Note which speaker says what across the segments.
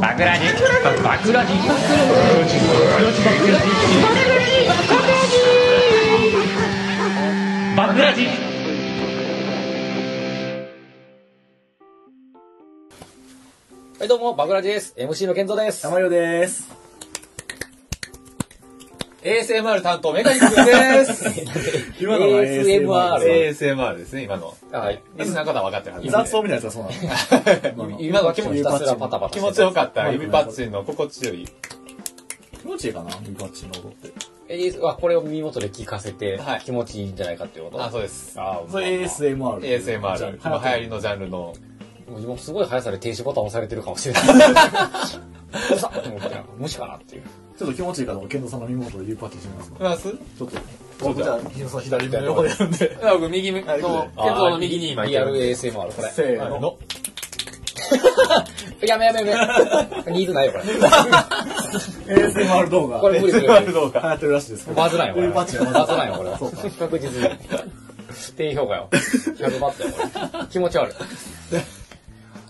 Speaker 1: バクラジバクラジバクラジ
Speaker 2: はい、どうも、バクラジです。MC の健三です。
Speaker 3: まよです。
Speaker 2: ASMR 担当、メカニック です。
Speaker 3: 今のは
Speaker 2: ASMR。
Speaker 4: ASMR ですね、今の。
Speaker 2: はい。リスナーの方は分かってるはずですね
Speaker 3: 雑音みたいなやつはそうな の。今の
Speaker 2: 今の気持ちひたすらパタパタ。
Speaker 4: 気持ちよかった。
Speaker 3: はい
Speaker 4: 指パッチンの心地よい。
Speaker 3: 気持ちいいかなミパッチの音って。
Speaker 2: えーあこれを耳元で聞かせて
Speaker 4: はい、
Speaker 2: 気持ちいいんじゃないかっていうこと。
Speaker 4: あ、そうです。
Speaker 2: あー
Speaker 3: それ ASMR。
Speaker 4: ASMR。今流行りのジャンルの。
Speaker 2: もうもうすごい速さで停止ボタン押されてるかもしれない。うさっと思ってなんか無視かなっていう。
Speaker 3: ちょっと気持ちいいから、ケンドさんの身元で指パッチンしてみますか。
Speaker 4: います
Speaker 3: ちょっと。
Speaker 4: ょっと
Speaker 3: じゃあ、ヒロさん左目の横でやるんで。
Speaker 4: 僕右目の、
Speaker 3: い
Speaker 4: 健
Speaker 2: あー
Speaker 4: 三の右に今い
Speaker 2: リアル
Speaker 4: る。
Speaker 2: ASMR、こ
Speaker 3: せーの。
Speaker 4: の。
Speaker 2: れ。やめやめやめ。ニーズないよ、これ。
Speaker 3: ASMR 動画。
Speaker 2: これ無理無理無理
Speaker 4: ASMR 動
Speaker 3: 流行
Speaker 4: 画。
Speaker 3: ってるらしいですけど。
Speaker 2: バズらんよ、これ。
Speaker 3: 指パッチン
Speaker 2: バズらんよ、これ。
Speaker 3: そうか。
Speaker 2: 確実に。低評価 よ。100バットよ、これ。気持ち悪い。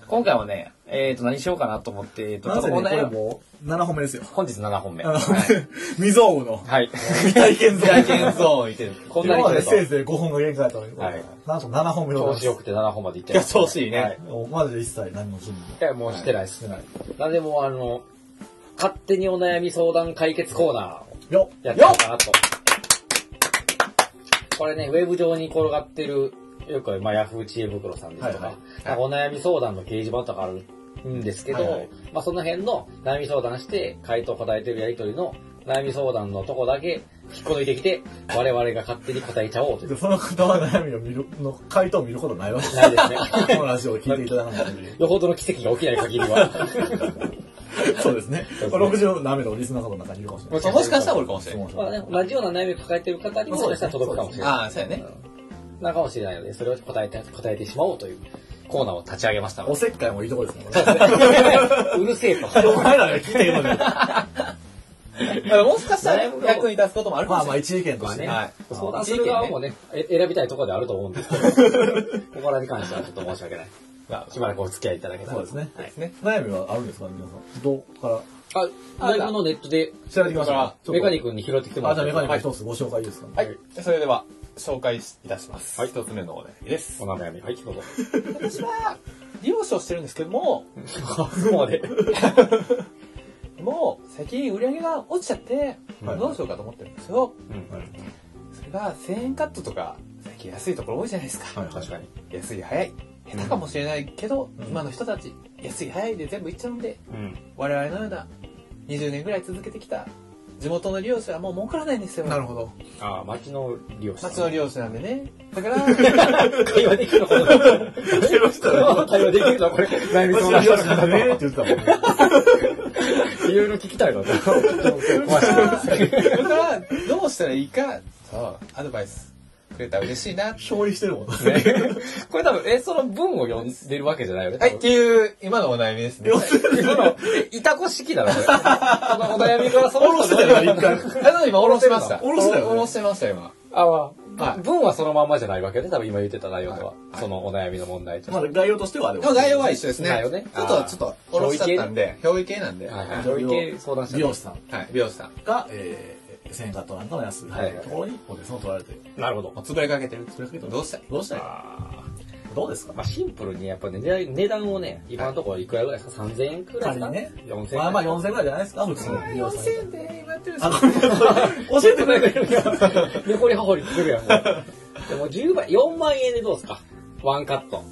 Speaker 2: 今回はね、えっ、ー、と、何しようかなと思って、えーと、
Speaker 3: なんせ
Speaker 2: ちょっ
Speaker 3: ね、
Speaker 2: と
Speaker 3: こ
Speaker 2: このね
Speaker 3: れもう、7本目ですよ。
Speaker 2: 本日7本目。
Speaker 3: あ
Speaker 2: は
Speaker 3: の
Speaker 2: い。、
Speaker 3: 未曾有の。
Speaker 2: はい。
Speaker 3: 未体験ゾ
Speaker 4: 体
Speaker 3: ーン。
Speaker 4: 験ゾーンいてる。
Speaker 2: こんな
Speaker 3: 今
Speaker 2: に
Speaker 3: ま
Speaker 2: 来
Speaker 3: で
Speaker 2: る
Speaker 3: せい
Speaker 2: と、
Speaker 3: ぜい5本が限界だったのに、
Speaker 2: はい
Speaker 3: なんと7本目の
Speaker 2: 調子よくて7本までいって
Speaker 4: 今日調子いいね。
Speaker 3: もうマジで一切何の準備も。
Speaker 2: いや、もうしてないです。なんでもうあの、勝手にお悩み相談解決コーナ
Speaker 3: よっ
Speaker 2: ーやっていこうかなと。これね、ウェブ上に転がってる、よく、まあ、ヤフー知恵袋さんですとか、
Speaker 3: はい
Speaker 2: なんかお悩み相談の掲示板とかあるんですけど、
Speaker 4: はいはい
Speaker 2: まあ、その辺の悩み相談して、回答答えてるやりとりの悩み相談のとこだけ引っこ抜いてきて、我々が勝手に答えちゃおうという。
Speaker 3: でその方は悩みを見る、の回答を見ることないわけ
Speaker 2: ないですね。
Speaker 3: このラジオを聞いていただかない限り。
Speaker 2: よほどの奇跡が起きない限りは。
Speaker 3: そうですね。これ60の雨のリスナーの方にいるかもしれない。
Speaker 4: もしかしたら俺かもしれない。
Speaker 2: まあね、同じような悩みを抱えてる方にもしかしたら届くかもしれない。
Speaker 4: ああ、そうやね。
Speaker 2: なかもしれないので、それを答えて、答えてしまおうというコーナーを立ち上げましたの
Speaker 3: お
Speaker 2: で。
Speaker 3: せっかいもいいとこですね。
Speaker 2: うるせえと。
Speaker 3: お前らが聞いてるのに。
Speaker 4: だからもしかしたら役に立つこともあるか
Speaker 3: ま
Speaker 4: も
Speaker 3: あ
Speaker 4: しれない。
Speaker 3: まあ一意見と
Speaker 2: まあ
Speaker 3: して
Speaker 2: ね、
Speaker 3: ね。
Speaker 4: はい
Speaker 2: 相談する側もね、え選びたいところであると思うんです けど、ここらに関してはちょっと申し訳ない。
Speaker 4: ま
Speaker 2: しばらくお付き合いいただけたら。
Speaker 3: そうですね。
Speaker 2: はい
Speaker 3: 悩みはあるんですか皆さん。どうから
Speaker 2: あ、ライブのネットで、
Speaker 3: 調べてきました
Speaker 4: だ
Speaker 3: か
Speaker 4: か
Speaker 2: メカニ
Speaker 3: ッ
Speaker 2: 君に拾ってきてもら
Speaker 3: あ、
Speaker 2: っ
Speaker 3: じ
Speaker 2: た
Speaker 3: ゃあメカニッ
Speaker 2: は
Speaker 3: ク
Speaker 2: い
Speaker 3: 一つご紹介いいですか
Speaker 4: あはい。それでは、紹介いたします。はい。一つ目のお悩みです。
Speaker 2: お悩み、はい、どうぞ。
Speaker 4: 私は、利用者をしてるんですけども、
Speaker 2: そこま で。
Speaker 4: もう最近売り上げが落ちちゃって、
Speaker 3: はい
Speaker 4: どうしようかと思ってるんですよ。
Speaker 2: うん
Speaker 3: はい
Speaker 4: それが1000円カットとか、最近安いところ多いじゃないですか。
Speaker 3: はいはい
Speaker 2: 確かに。
Speaker 4: 安い早い。下手かもしれないけど、
Speaker 3: うん
Speaker 4: 今の人たち、安い早いで全部いっちゃうんで、
Speaker 2: うん。
Speaker 4: 我々のような20年ぐらい続けてきた地元の利用者はもう儲からないんですよ。
Speaker 3: なるほど。
Speaker 2: あ、町の利用者。
Speaker 4: 町の利用者なんでね。だ から、
Speaker 2: 会話できるのこの会話できるのこれ。悩み相談者の方
Speaker 3: ねえ
Speaker 2: と
Speaker 3: って言ってたもんね。
Speaker 2: いろいろ聞きたい なと。怖い
Speaker 4: だから、どうしたらいいか、そう、アドバイスくれたら嬉しいな。
Speaker 3: 勝利してるもんね。
Speaker 2: これ多分、え、その文を読んでるわけじゃないよね。
Speaker 4: はい、っていう、今のお悩みですね。
Speaker 2: 今の、え いたこ式だろ、これ。そのお悩みからその
Speaker 3: おろして
Speaker 2: 人
Speaker 3: た
Speaker 2: の。
Speaker 3: よ、一回。
Speaker 4: あの、今、おろしてました。
Speaker 3: おろしてたよね
Speaker 4: おろしてました、今。
Speaker 2: あ、まあ
Speaker 4: は
Speaker 2: 文はそのまんまじゃないわけね、多分今言ってた内容とは
Speaker 4: は。
Speaker 2: そのお悩みの問題と
Speaker 3: ま
Speaker 2: して。
Speaker 3: だ概要としてはで
Speaker 4: でも概要は一緒です
Speaker 2: だよ
Speaker 4: ね。
Speaker 2: ね
Speaker 4: ちょっと、ちょっと、おろしちゃったんで、表意系なんで。
Speaker 2: はい
Speaker 4: は
Speaker 2: はい。
Speaker 3: 上位系
Speaker 2: 相談者。
Speaker 3: 美容師さん
Speaker 4: い、美容師さん。
Speaker 3: が、えー、1000円カットなんかの安い
Speaker 2: はいはい
Speaker 3: ところにお客さんを取られてる。
Speaker 2: なるほど。
Speaker 4: もう潰れかけてる。
Speaker 3: それだけど
Speaker 4: どうしたい
Speaker 3: どうしたい
Speaker 2: あ
Speaker 3: どうですか
Speaker 2: ーまあシンプルにやっぱね値段値段をね、今のところいくらぐらいですか ?3000 円くらいですか
Speaker 3: 仮にね
Speaker 2: 4000円。
Speaker 3: まあまあ4000円ぐらいじゃないですか普通の美容師さん
Speaker 4: 4000で今やってるんで
Speaker 3: あ、ごめんなさい教えてくれてる。
Speaker 2: 残り箱にするやん、もう。でも10倍、4万円でどうですかワンカット。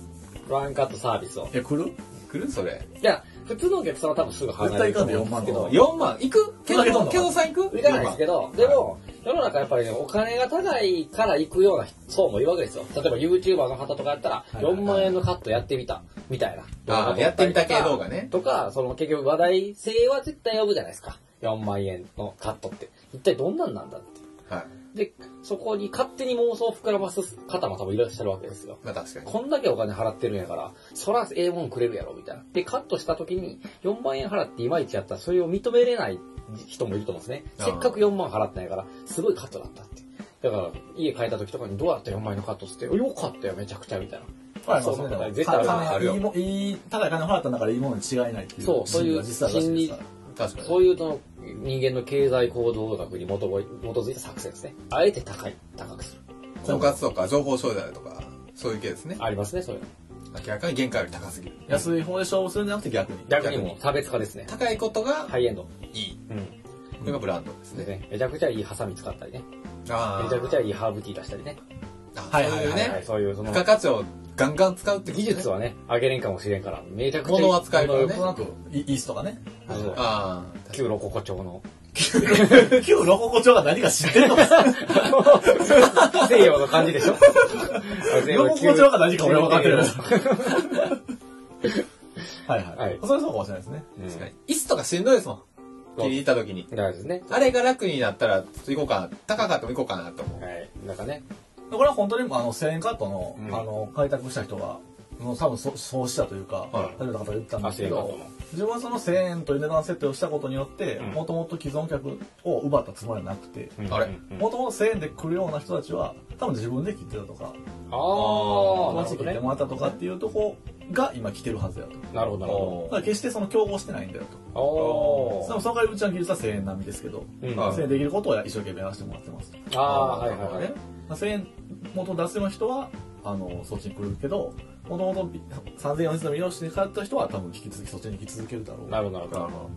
Speaker 2: ワンカットサービスを。
Speaker 3: え、来る
Speaker 4: 来るそれ。
Speaker 2: いや、普通のお客さんは多分すぐ離れると思うんですけど。
Speaker 4: 4万、行くけど、
Speaker 3: ふざけとんの
Speaker 4: けどさん行く
Speaker 2: いかないですけど、でも、世の中やっぱりね、お金が高いから行くような層もいるわけですよ。例えば YouTuber の方とかやったら、
Speaker 3: いはいはい
Speaker 2: 4万円のカットやってみた、みたいな。
Speaker 4: あーやってみた系動画ね
Speaker 2: とか、その結局話題性は絶対呼ぶじゃないですか。4万円のカットって。一体どんなんなんだって。
Speaker 4: はい。
Speaker 2: で、そこに勝手に妄想を膨らます方も多分いらっしゃるわけですよ。
Speaker 4: まあ確かに。
Speaker 2: こんだけお金払ってるんやから、そらええもんくれるやろ、みたいな。で、カットした時に、4万円払っていまいちやったら、それを認めれない人もいると思うんですね。
Speaker 4: あー
Speaker 2: せっかく4万払ってないから、すごいカットだったって。だから、家帰った時とかに、どうやった4万円のカットっつって、よかったよ、めちゃくちゃ、みたいな。
Speaker 3: まあ
Speaker 4: そう
Speaker 3: の
Speaker 4: 絶対あるよ
Speaker 3: 金いいもいい高い金を払ったんだからいいものに違いないっていう
Speaker 2: そう、そういう
Speaker 3: 実は
Speaker 2: 心理、
Speaker 4: 確かに
Speaker 2: そういうの人間の経済行動学に基づいた作戦ですね。あえて高い、高くする。
Speaker 4: 婚活とか情報商材とかそういう系ですね
Speaker 2: ありますね、それは。
Speaker 4: 明らかに原価より高すぎる
Speaker 3: 安い方で勝負するんじゃなくて逆に
Speaker 2: 逆にもう差別化ですね。
Speaker 4: 高いことが
Speaker 2: ハイエンド。
Speaker 4: いい
Speaker 2: うん。
Speaker 4: これがブランドです
Speaker 2: で
Speaker 4: ね
Speaker 2: ね、めちゃくちゃいいハサミ使ったりね。
Speaker 4: あ
Speaker 2: めちゃくちゃいいハーブティー出したりね。
Speaker 4: は
Speaker 3: はいい
Speaker 4: は
Speaker 3: はいい
Speaker 4: は
Speaker 3: はいい
Speaker 2: はい、そういうその
Speaker 4: 付加価値をガンガン使うってこと
Speaker 2: 技
Speaker 4: ね
Speaker 2: 術はね、上げれんかもしれんから、めちゃくちゃ。
Speaker 4: 物は使えるからね
Speaker 3: なんとなくイイースとかね
Speaker 2: あの
Speaker 4: ああ
Speaker 2: 旧ロココ調の。
Speaker 3: 旧ロココ長が何か知ってんのか
Speaker 2: 西洋の感じで しょ
Speaker 3: ロココ長が何か俺は分かってるはいはい、
Speaker 2: はい
Speaker 3: それはそうかもしれないですね
Speaker 4: 確かに椅子とかしんどいですもん
Speaker 2: そう
Speaker 4: 切り入った時に
Speaker 2: うん。だからですね。
Speaker 4: あれが楽になったらちょっと行こうかな高かったも行こうかなと思う
Speaker 2: はい。なんかね、
Speaker 3: これは本当にあの1000円カットの,、
Speaker 2: うん
Speaker 3: あの開拓した人がもう多分そそうしたというか、
Speaker 4: はい
Speaker 3: 初めて方が言ったん
Speaker 2: アシ
Speaker 3: です
Speaker 2: レ
Speaker 3: け
Speaker 2: ンカット
Speaker 3: ど
Speaker 2: の。
Speaker 3: 自分はその1000円という値段設定をしたことによって
Speaker 2: うん
Speaker 3: もともと既存客を奪ったつもりはなくて
Speaker 2: うん
Speaker 4: あれ
Speaker 2: うん
Speaker 3: もともと1000円で来るような人たちは多分自分で切ってたとか
Speaker 2: ああ、な
Speaker 3: 友
Speaker 2: るほ
Speaker 3: 達
Speaker 2: ど
Speaker 3: に切っ
Speaker 2: ね
Speaker 3: て。もらったとかっていうとこが今来てるはずやとだ
Speaker 2: なるほど、なるほ
Speaker 3: から決してその競合してないんだよと
Speaker 2: ど。お
Speaker 3: でも
Speaker 2: ー
Speaker 3: その代わりうちの技術は1000円並みですけど
Speaker 2: うん
Speaker 4: あ
Speaker 2: あ
Speaker 3: 1000円できることは一生懸命やらせてもらってますと
Speaker 2: あ、はいはいはい
Speaker 3: ね。まあ1000円元出せの人はあのそっちに来るけどもともと3000円4000円の美容室に通った人は多分引き続きそっちに引き続けるだろう
Speaker 2: なるほど、なるほ
Speaker 4: なる
Speaker 2: ど。
Speaker 4: ほ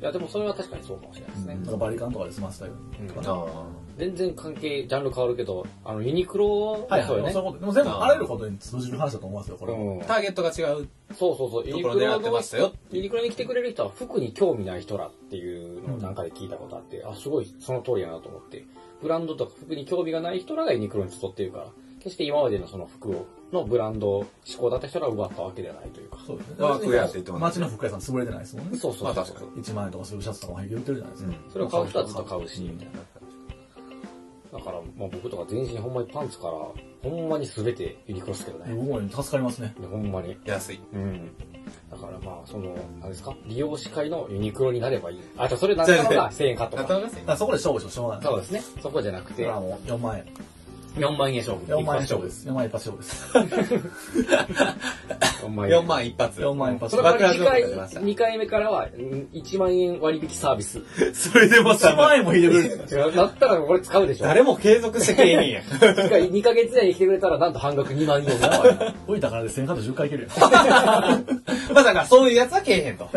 Speaker 2: いや、でもそれは確かにそうかもしれないですね
Speaker 3: うん。なんかバリカンとかで済ませたようにとかね
Speaker 4: どあ
Speaker 2: 全然関係、ジャンル変わるけど、あの、ユニクロ
Speaker 3: はい、はい、
Speaker 2: そうよ
Speaker 3: でも
Speaker 2: ね
Speaker 3: そう。いうことでも全部あらゆることに通じる話だと思いますよ、これ。
Speaker 2: うん
Speaker 4: あターゲットが違う
Speaker 2: そうそうそう、ユ
Speaker 4: と
Speaker 2: ニ
Speaker 4: こ
Speaker 2: ク
Speaker 4: ろ狙
Speaker 2: ロ
Speaker 4: って
Speaker 2: の
Speaker 4: ましたよ
Speaker 2: ユニクロに来てくれる人は服に興味ない人らっていうのをなんかで聞いたことあって、あ、すごいその通りやなと思って、ブランドとか服に興味がない人らがユニクロに集ってるから、決して今までのその服を、のブランド志向だった人らが奪ったわけではないというか。
Speaker 3: そうですね。
Speaker 4: ワークウェアって言ってます
Speaker 3: 街の服屋さん潰れてないですもんね。
Speaker 2: そうそう
Speaker 4: まあ
Speaker 2: そう
Speaker 4: 確かに
Speaker 3: 1万円とかするシャツとかも平気で売ってるじゃないですか。
Speaker 4: うん
Speaker 2: それを買う人はずっと買うし、みたいな。だから、まあ僕とか全身ほんまにパンツから、ほんまに全てユニクロっすけどね。
Speaker 3: 僕も助かりますね。
Speaker 2: でほんまに。
Speaker 4: 安い
Speaker 2: うん。だからまあ、その、何ですか利用し会のユニクロになればいい。あ、じゃあそれなったのが1000円カット
Speaker 4: な
Speaker 2: か
Speaker 4: か。なか安い
Speaker 3: だからそこで勝負してもしょうがない。
Speaker 2: そうですね。そこじゃなく
Speaker 3: だ
Speaker 2: て
Speaker 3: か、らもう4万円。
Speaker 2: 4万円勝負。
Speaker 3: 4万円勝負です。4万円一発勝負です。
Speaker 2: 4万円。
Speaker 4: 4万一発
Speaker 3: 4万円一
Speaker 2: そ
Speaker 3: 発
Speaker 2: の代
Speaker 3: 勝
Speaker 2: わ
Speaker 4: 爆破状態
Speaker 2: り2
Speaker 4: 出ました
Speaker 2: 回、二回目からは、うん1万円割引サービス。
Speaker 4: 円それでも
Speaker 3: 負。1万円も引いてくれ る。
Speaker 2: だったらこれ使うでしょ。
Speaker 4: 誰も継続してけえへんやん
Speaker 2: ?2 ヶ月以内に来てくれたら、なんと半額2万円をもらう。
Speaker 3: 置いたからで1000円カット10回いけるよ。だか
Speaker 4: まあだからそういうやつはけえへんと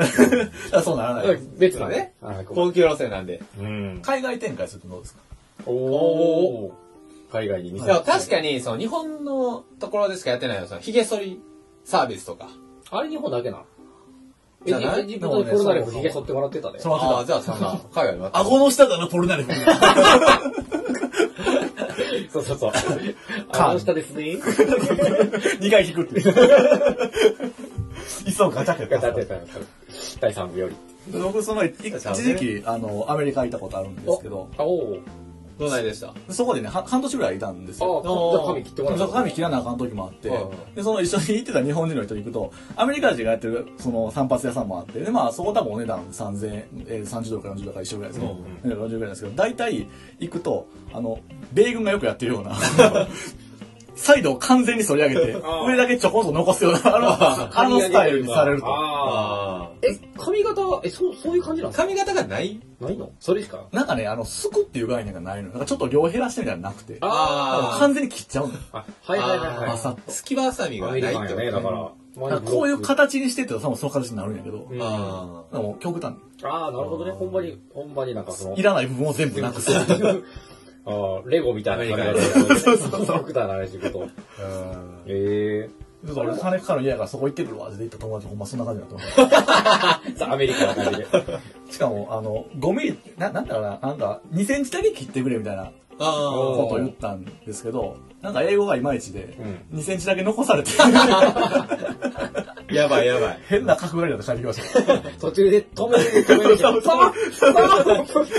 Speaker 3: らそうならないです。
Speaker 2: 別のね。はいこ
Speaker 4: 高級路線なんで
Speaker 2: ううん。
Speaker 3: 海外展開するとどうですか
Speaker 2: おー。海外に見
Speaker 4: で
Speaker 2: せ
Speaker 4: も確かにその日本のところでしかやってないよその髭剃りサービスとか
Speaker 2: あれ日本だけな。エ
Speaker 4: じゃ
Speaker 2: ジ
Speaker 4: ない
Speaker 2: エジプトでコロナでも髭剃ってもらってたで。
Speaker 3: その
Speaker 4: あ
Speaker 3: 後
Speaker 4: あ
Speaker 3: だ。
Speaker 4: じゃあそんな海外もあった
Speaker 3: 顎の下だな、ポルナリフ。
Speaker 2: そうそうそう。 あの下ですね。
Speaker 3: 2回引くっていう。いっそガチャってや
Speaker 2: が
Speaker 3: った
Speaker 2: 立ってたよ。 第3部より。
Speaker 3: 僕、その、一時期、あの、アメリカ行ったことあるんですけど、
Speaker 2: あ、おー。
Speaker 4: どうないでした
Speaker 3: そこでね、は半年ぐらいいたんですよ。
Speaker 2: ああ、じゃあ髪切ってもら
Speaker 3: そうう髪切らなあかん時もあって、
Speaker 4: はいはい
Speaker 3: でその一緒に行ってた日本人の人行くとアメリカ人がやってるその散髪屋さんもあってでまあそこ多分お値段3000円、えー、30ドルから40ドルから一緒ぐらいですね、40ドルから40ぐらいなんですけど大体行くとあの米軍がよくやってるような サイドを完全に反り上げて
Speaker 2: ああ
Speaker 3: 上だけちょこんと残すようなあのあのスタイルにされると
Speaker 2: あ
Speaker 4: あ
Speaker 2: ーえ、髪型は、え、そう、そういう感じなん
Speaker 4: あ
Speaker 2: ですか
Speaker 4: 髪型がない
Speaker 2: ないのそれしか
Speaker 3: なんかねあのすくっていう概念がないのなんかちょっと量減らしてみたいなのなくて
Speaker 4: あ
Speaker 3: 完全に切っちゃうの
Speaker 2: あ、はいはいはい
Speaker 3: バ
Speaker 2: は
Speaker 3: サッ
Speaker 2: い。
Speaker 3: と
Speaker 4: 隙間ハサミが
Speaker 2: ア
Speaker 4: ない
Speaker 2: メ
Speaker 4: って
Speaker 2: リカン
Speaker 4: こと
Speaker 2: やね、だから。
Speaker 3: だからこういう形にしてってたら多分その形になるんやけど、
Speaker 2: うんあ
Speaker 4: あ
Speaker 3: なんかもう極端
Speaker 2: あ、なるほどね。ほんまに、ほんまになんかその
Speaker 3: い、らない部分を全部なくす。
Speaker 2: あーレゴみたいな感じで。そうそうそう。極端な話、こと。
Speaker 4: あうん
Speaker 2: え
Speaker 3: 俺金かかるの嫌やからそこ行ってくるわって言った友達ほんまそんな感じだと思う。
Speaker 2: え。ザ・アメリカな感じで。
Speaker 3: しかも、あの、5ミリ、な、なんだろうな、なんか、2センチだけ切ってくれみたいな
Speaker 4: あ
Speaker 3: ことを言ったんですけど、なんか英語がいまいちで
Speaker 2: うん、
Speaker 3: 2センチだけ 残されて、
Speaker 4: あやばいやばい
Speaker 3: 変な角刈りだと帰ってきました。
Speaker 2: 途中で止める、止める。
Speaker 3: そう
Speaker 2: そう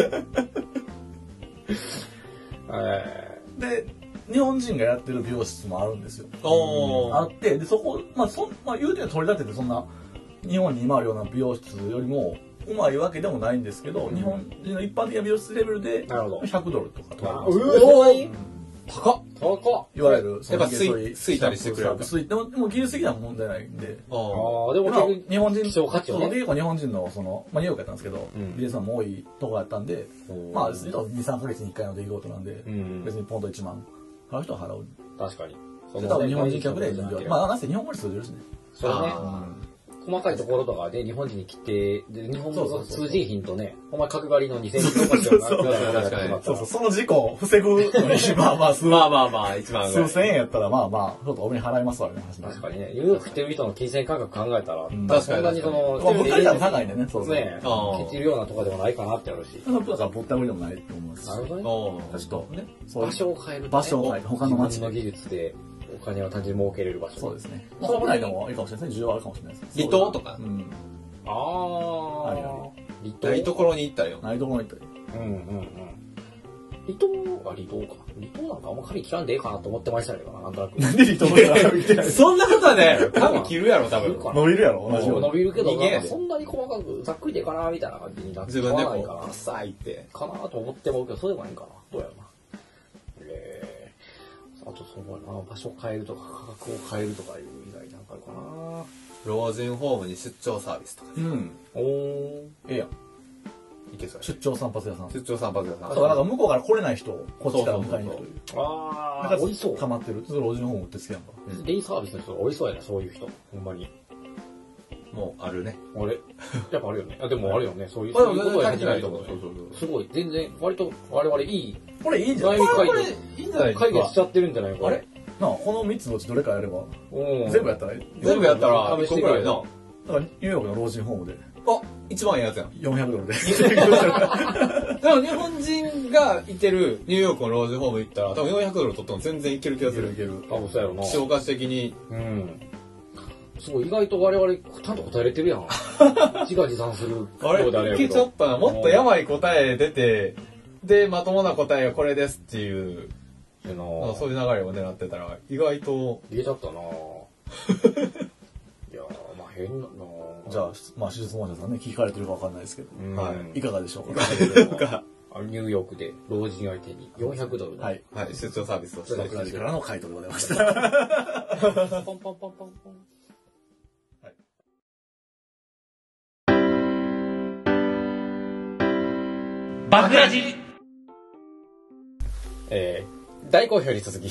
Speaker 2: え
Speaker 3: で、日本人がやってる美容室もあるんですよ。
Speaker 4: おー
Speaker 3: あって、で、そこ、まあ、そん、まあ、言うて取り立てて、そんな、日本に今あるような美容室よりも、うまいわけでもないんですけど、日本人の一般的な美容室レベルで、
Speaker 2: なるほど
Speaker 3: 100ドルとか取られ
Speaker 2: ー
Speaker 3: ます。
Speaker 2: うおー
Speaker 4: 高っ
Speaker 2: 高っ
Speaker 3: いわゆる、
Speaker 4: やっぱついついたりしてくれるから
Speaker 3: ついでも、でも技術的な問題ないんで。
Speaker 4: あ
Speaker 2: ああ、でも
Speaker 3: まあ
Speaker 2: 結局、
Speaker 3: 日本人、
Speaker 2: 希少価値を
Speaker 3: そうで
Speaker 2: ね。
Speaker 3: 結構日本人の、その、まあ、ニューヨークやったんですけど、
Speaker 2: うん
Speaker 3: ビジネスマンも多いとこやったんで、
Speaker 2: うん
Speaker 3: まあ、2、3ヶ月に1回の出来事なんで、
Speaker 2: ん
Speaker 3: 別にポンと1万払う人は払う。
Speaker 2: 確かに。そ
Speaker 3: で
Speaker 2: の
Speaker 3: 多分日本人客で人形。ま
Speaker 2: まあ、
Speaker 3: あ、なんせ日本語に通じるしね。
Speaker 2: そうね。
Speaker 4: あ
Speaker 2: 細かいところとかで日本人に来て、で日本語が
Speaker 3: そうそうそう
Speaker 2: 通じ品とね、お前角刈りの2000円とかしような
Speaker 3: そう
Speaker 4: そう
Speaker 3: そう
Speaker 2: みたいな感じになった
Speaker 3: そう
Speaker 2: ら
Speaker 3: そう、その事故を防ぐ のに、まあまあ、数
Speaker 4: ーまあまあまあ、一番
Speaker 3: 数千円やったら、まあまあ、ちょっと多めに払いますわね、話ね
Speaker 2: 確かにね、ニューヨーク来てる人の金銭感覚考えたら、
Speaker 3: ん
Speaker 4: 確
Speaker 2: そ
Speaker 4: か
Speaker 2: ん
Speaker 4: に
Speaker 2: なに
Speaker 4: 確か
Speaker 2: そ
Speaker 4: に。
Speaker 2: の、
Speaker 3: まあ、僕らよりは高いんでね、そうそう。
Speaker 2: ね、
Speaker 4: うん
Speaker 2: 蹴ってるようなとかでもないかなってあるし。
Speaker 3: そのだからぼったくりでもないと思うんです
Speaker 2: なるほどね。
Speaker 4: おー
Speaker 3: ちょっとね、そういう
Speaker 2: 場所を変える、ね。
Speaker 3: 場所を変える他の街
Speaker 2: 自分の技術でお金を単純に儲けれる場所。
Speaker 3: そうですね。まあ、国内でもいいかもしれないですね。需要あるかもしれないですね。
Speaker 4: 離島とか
Speaker 3: う、ん。
Speaker 2: ああ。
Speaker 3: あるよ
Speaker 2: 離島。
Speaker 4: ないところに行ったらよ。
Speaker 3: ないところに行った
Speaker 2: う
Speaker 3: り。
Speaker 2: んうんうん。離島は離島か。離島なんかあんま髪切らんでええかなと思ってましたけどな、なんとなく。
Speaker 3: なんで離島とか見てない
Speaker 4: そんなことはね、髪切るやろ、多
Speaker 2: 切
Speaker 4: 分
Speaker 2: る。か
Speaker 3: 伸びるやろ、同じよう
Speaker 2: 伸
Speaker 3: に。
Speaker 2: びるけど、
Speaker 4: 人間やで
Speaker 2: なんかそんなに細かく、ざっくりでいいかな、みたいな感じになって
Speaker 4: 自分で
Speaker 2: な
Speaker 4: こ、
Speaker 2: いうかな
Speaker 4: パ。サーいって。
Speaker 2: かなと思ってもうけど、そうでもないんかな。どうやろな。えー、あとそうやな、場所変えるとか価格を変えるとかいう以外なんかあるかな。
Speaker 4: 老人ホームに出張サービスとか。
Speaker 3: うん。
Speaker 2: おー、
Speaker 3: ええやん。
Speaker 4: いけそうや
Speaker 3: 出張散髪屋さん。
Speaker 4: 出張散髪屋さ
Speaker 3: だ
Speaker 4: ん。
Speaker 3: からなんか向こうから来れない人をこっちから迎えに行くという。
Speaker 2: あ
Speaker 3: なん
Speaker 2: ー、おりそう
Speaker 3: か。まってる。それ老人ホームって好きやんか。
Speaker 2: デイサービスの人がおりそうやな、そういう人。ほんまに。
Speaker 4: もうあるね。
Speaker 2: あれ やっぱあるよね。あでもあるよね、そういう。
Speaker 4: あで
Speaker 2: そ
Speaker 4: も
Speaker 2: ういうことはやってないと思う
Speaker 4: そうそうそう。
Speaker 2: すごい、全然、割と我々いい
Speaker 3: これいいんじゃない
Speaker 2: 悩み
Speaker 3: な
Speaker 2: 解
Speaker 4: これ、
Speaker 2: 決
Speaker 4: いいんじゃないですか
Speaker 2: 解決しちゃってるんじゃないか。
Speaker 4: あれ
Speaker 3: あこの3つのうちどれかやれば、
Speaker 2: うん。
Speaker 3: 全部やったらいい。
Speaker 4: 全部やったら、
Speaker 2: 試
Speaker 4: 1
Speaker 2: し
Speaker 4: 個
Speaker 2: て
Speaker 4: く
Speaker 2: く
Speaker 4: ら
Speaker 2: れよ
Speaker 4: いな。
Speaker 3: だからニューヨークの老人ホームで
Speaker 4: あ、一番いいやつやん。
Speaker 3: 400ドルで。
Speaker 4: でも日本人がいてるニューヨークの老人ホーム行ったら、多分400ドル取っても全然いける気がする。
Speaker 3: る。
Speaker 2: 多分そうやろな。
Speaker 4: 希少価値的に。
Speaker 2: うん。すごい、意外と我々、ちゃんと答えれてるやん。自画自賛する
Speaker 4: あれ
Speaker 2: ようであれや
Speaker 4: い
Speaker 2: け
Speaker 4: けちゃっ
Speaker 2: ど。
Speaker 4: たな。もっとやばい答え出て、で、まともな答えがこれですっていう、
Speaker 2: あ
Speaker 4: なん
Speaker 2: の
Speaker 4: かそういう流れを狙ってたら、意外と、
Speaker 2: いけちゃ ったないやー、まあ変だな
Speaker 3: じゃあ、まあ、手術者さんね、聞かれてるかわかんないですけど、
Speaker 2: うん
Speaker 4: はい
Speaker 3: かがでしょうか。
Speaker 2: あニューヨークで老人相手に400ドル。
Speaker 3: は。い。
Speaker 4: はい、出張サービスをして
Speaker 3: 桜
Speaker 4: る
Speaker 3: 地からの回答でございました。
Speaker 2: ポンポンポンポンポン。
Speaker 1: バクラジ
Speaker 2: えー、大好評に続き、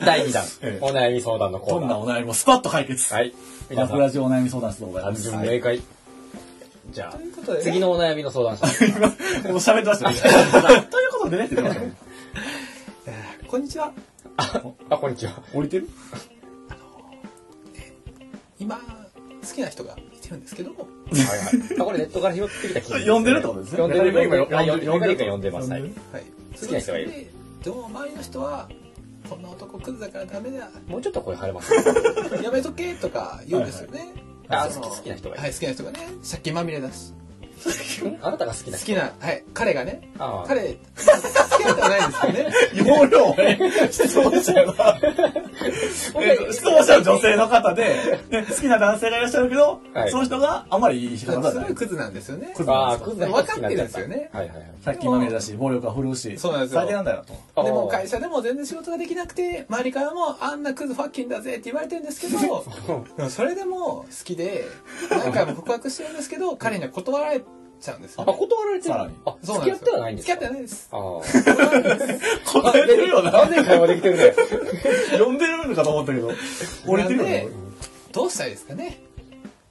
Speaker 2: 第2弾
Speaker 3: え、え
Speaker 2: お悩み相談のコ
Speaker 3: ど
Speaker 2: ー
Speaker 3: んな
Speaker 2: ナー。
Speaker 3: お悩みもスパッと解決。
Speaker 2: はい。皆さ
Speaker 3: 桜
Speaker 2: ん、
Speaker 3: ラジオお悩み相談室でございま
Speaker 2: 単
Speaker 3: す。
Speaker 2: 純
Speaker 3: はい
Speaker 2: 明快。じゃ
Speaker 4: こと
Speaker 2: あ、
Speaker 4: で
Speaker 2: 次のお悩みの相談者。
Speaker 3: もう喋ってましたね。 ということでね、って言ってましたね。
Speaker 4: こんにちは。
Speaker 2: あ、こんにちは。
Speaker 3: 降りてる
Speaker 4: 今、好きな人がいてるんですけど、
Speaker 2: はいはい。あ、これネットから拾ってきた記事ですね
Speaker 3: 呼んでるってことですね。
Speaker 2: 呼んでる。
Speaker 3: 今
Speaker 2: あ呼んでる。
Speaker 3: 呼んでる。
Speaker 2: 呼んでます。はい
Speaker 3: 呼んでる
Speaker 4: はい。
Speaker 2: 好きな人がいる。
Speaker 4: でも周りの人は、こんな男クズだからダメだ、
Speaker 2: もうちょっと声張れますか
Speaker 4: やめとけとか言うんですよね。
Speaker 2: はいはい
Speaker 4: その
Speaker 2: あ好き好きな人がいる
Speaker 4: はい、好きな人がね、借金まみれだし。
Speaker 2: あなたが好きな
Speaker 4: 好
Speaker 2: 人。
Speaker 4: きな、はい、彼がね、
Speaker 2: ああ
Speaker 4: 彼、好きな人はないんですよ ね。
Speaker 3: 容 量ね、質問者が、え質問者は女性の方で、ね好きな男性がいらっしゃるけど
Speaker 2: はい、
Speaker 3: その人があんまりいい
Speaker 4: す
Speaker 3: 人だ
Speaker 4: ご
Speaker 3: ない
Speaker 4: い。クズなんですよね。
Speaker 3: クズ
Speaker 2: ああ、クズな人好
Speaker 4: 分かっ
Speaker 2: き
Speaker 4: て
Speaker 2: にな
Speaker 4: るんで
Speaker 2: っちゃっ
Speaker 4: す
Speaker 2: た。
Speaker 4: よね。
Speaker 2: はいはいはい。
Speaker 3: 借金まみれだし、暴力は振るうし、
Speaker 4: そうなんですよ
Speaker 3: 最低なんだよと。
Speaker 2: ああ
Speaker 4: でも会社でも全然仕事ができなくて周りからもあんなクズファッキンだぜって言われてるんですけ どでもそれでも好きで何回も告白してるんですけど彼には断られちゃうんです
Speaker 2: あ、
Speaker 4: よ、ね、
Speaker 2: 断られてる
Speaker 3: さらに
Speaker 2: あ、
Speaker 4: そう
Speaker 2: 付
Speaker 4: なん
Speaker 2: き
Speaker 4: です
Speaker 2: 合ってはないんですか
Speaker 4: 付き合ってはないです
Speaker 2: あ
Speaker 3: 答えてるよな。
Speaker 2: あ。完全に会話できてる ね。
Speaker 3: 呼んでるのかと思ったけど、降りてるよね。
Speaker 4: どうしたらいいですかね